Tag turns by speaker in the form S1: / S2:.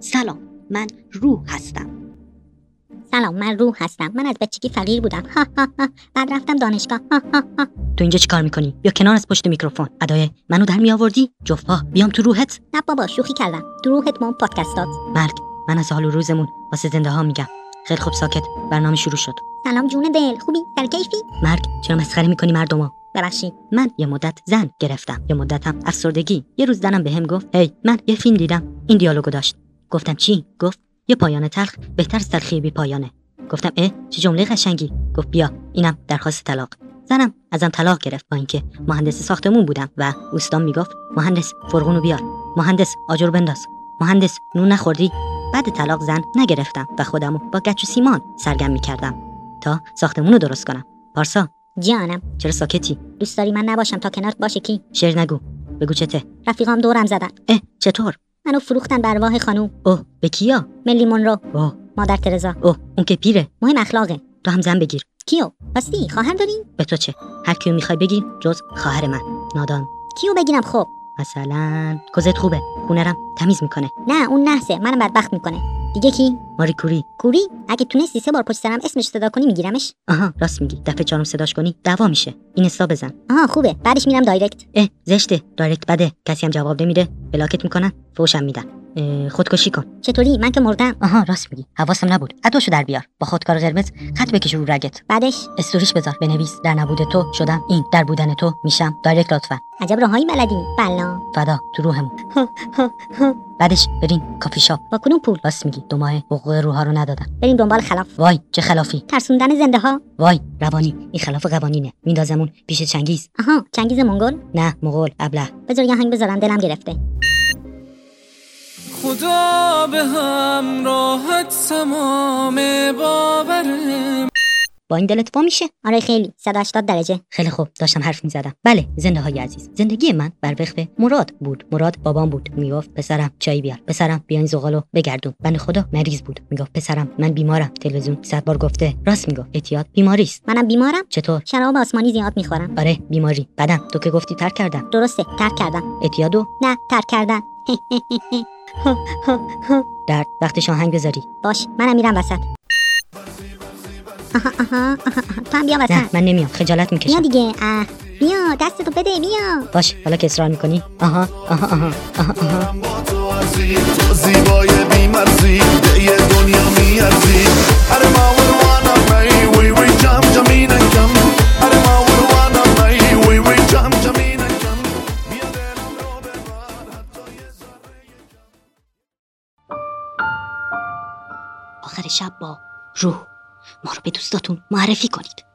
S1: سلام من روح هستم
S2: سلام من روح هستم من از بچگی فقیر بودم ها ها ها. بعد رفتم دانشگاه ها ها ها.
S3: تو اینجا چیکار میکنی بیا کنار از پشت میکروفون ادای منو در می آوردی جفا بیام تو روحت
S2: نه بابا شوخی کردم تو روحت ما پادکستات
S3: مرگ من از حال و روزمون واسه زنده ها میگم خیلی خوب ساکت برنامه شروع شد
S2: سلام جون دل خوبی در کیفی
S3: مرگ چرا مسخره میکنی مردما
S2: ببخشید
S3: من یه مدت زن گرفتم یه مدتم افسردگی یه روز زنم بهم گفت هی من یه فیلم دیدم این دیالوگو داشت گفتم چی گفت یه پایان تلخ بهتر از تلخی بی پایانه گفتم اه چه جمله قشنگی گفت بیا اینم درخواست طلاق زنم ازم طلاق گرفت با اینکه مهندس ساختمون بودم و اوستام میگفت مهندس فرغونو بیار مهندس آجر بنداز مهندس نون نخوردی بعد طلاق زن نگرفتم و خودمو با گچ و سیمان سرگم میکردم تا ساختمون رو درست کنم پارسا
S2: جانم
S3: چرا ساکتی
S2: دوست داری من نباشم تا کنارت باشه کی
S3: شعر نگو بگو چته
S2: رفیقام دورم زدن
S3: اه چطور
S2: منو فروختن به ارواح خانوم
S3: اوه به کیا
S2: ملی مونرو
S3: اوه
S2: مادر ترزا
S3: اوه اون که پیره
S2: مهم اخلاقه
S3: تو هم زن بگیر
S2: کیو راستی خواهر داری
S3: به تو چه هر کیو میخوای بگیر جز خواهر من نادان
S2: کیو بگیرم خب
S3: مثلا کوزت خوبه خونرم تمیز میکنه
S2: نه اون نحسه منم بدبخت میکنه دیگه کی
S3: ماری کوری
S2: کوری اگه تونستی سه بار پشت سرم اسمش صدا کنی میگیرمش
S3: آها راست میگی دفعه چهارم صداش کنی دعوا میشه این استا بزن
S2: آها خوبه بعدش میرم دایرکت
S3: اه زشته دایرکت بده کسی هم جواب نمیده بلاکت میکنن فوشم میدن اه، خودکشی کن
S2: چطوری من که مردم
S3: آها راست میگی حواسم نبود اداشو در بیار با خودکار قرمز خط بکش رو رگت
S2: بعدش
S3: استوریش بذار بنویس در نبود تو شدم این در بودن تو میشم دایرکت لطفا
S2: عجب راهایی بلدی بلا
S3: فدا تو روحمون بعدش برین کافی شاپ
S2: با کدوم پول
S3: راست میگی دو ماه حقوق روحا رو ندادن
S2: بریم دنبال خلاف
S3: وای چه خلافی
S2: ترسوندن زنده ها
S3: وای روانی این خلاف قوانینه میندازمون پیش چنگیز
S2: آها چنگیز منگل
S3: نه مغول ابله
S2: بذار یه آهنگ بذارم دلم گرفته
S4: خدا به هم راحت تمام باورم
S3: با این دلت وا میشه
S2: آره خیلی 180 درجه
S3: خیلی خوب داشتم حرف میزدم بله زنده های عزیز زندگی من بر وقف مراد بود مراد بابام بود میگفت پسرم چای بیار پسرم بیا این زغالو بگردون بنده خدا مریض بود میگفت پسرم من بیمارم تلویزیون صد بار گفته راست میگفت اعتیاد بیماری است
S2: منم بیمارم
S3: چطور
S2: شراب آسمانی زیاد میخورم
S3: آره بیماری بدم تو که گفتی ترک کردم
S2: درسته ترک کردم
S3: اعتیادو
S2: نه ترک کردن
S3: درد وقتش آهنگ بذاری
S2: باش منم میرم وسط آها آها آها آها. تو هم بیا
S3: نه
S2: وسط
S3: من نمیام خجالت
S2: بیا
S3: میکشم
S2: دیگه اه بیا دستتو بده بیا
S3: باش حالا که اصرار میکنی آها آها آها آها آها
S5: من با تو عزیز تو زیبای بیمرزی به یه دنیا میارزی اره ما وروانم ای وی وی جم جمینه کم اره ما وروانم ای وی وی جم جمینه کم بیا دلم رو ببر حتی یه ذره
S3: آخر شب با روح ما رو به دوستاتون معرفی کنید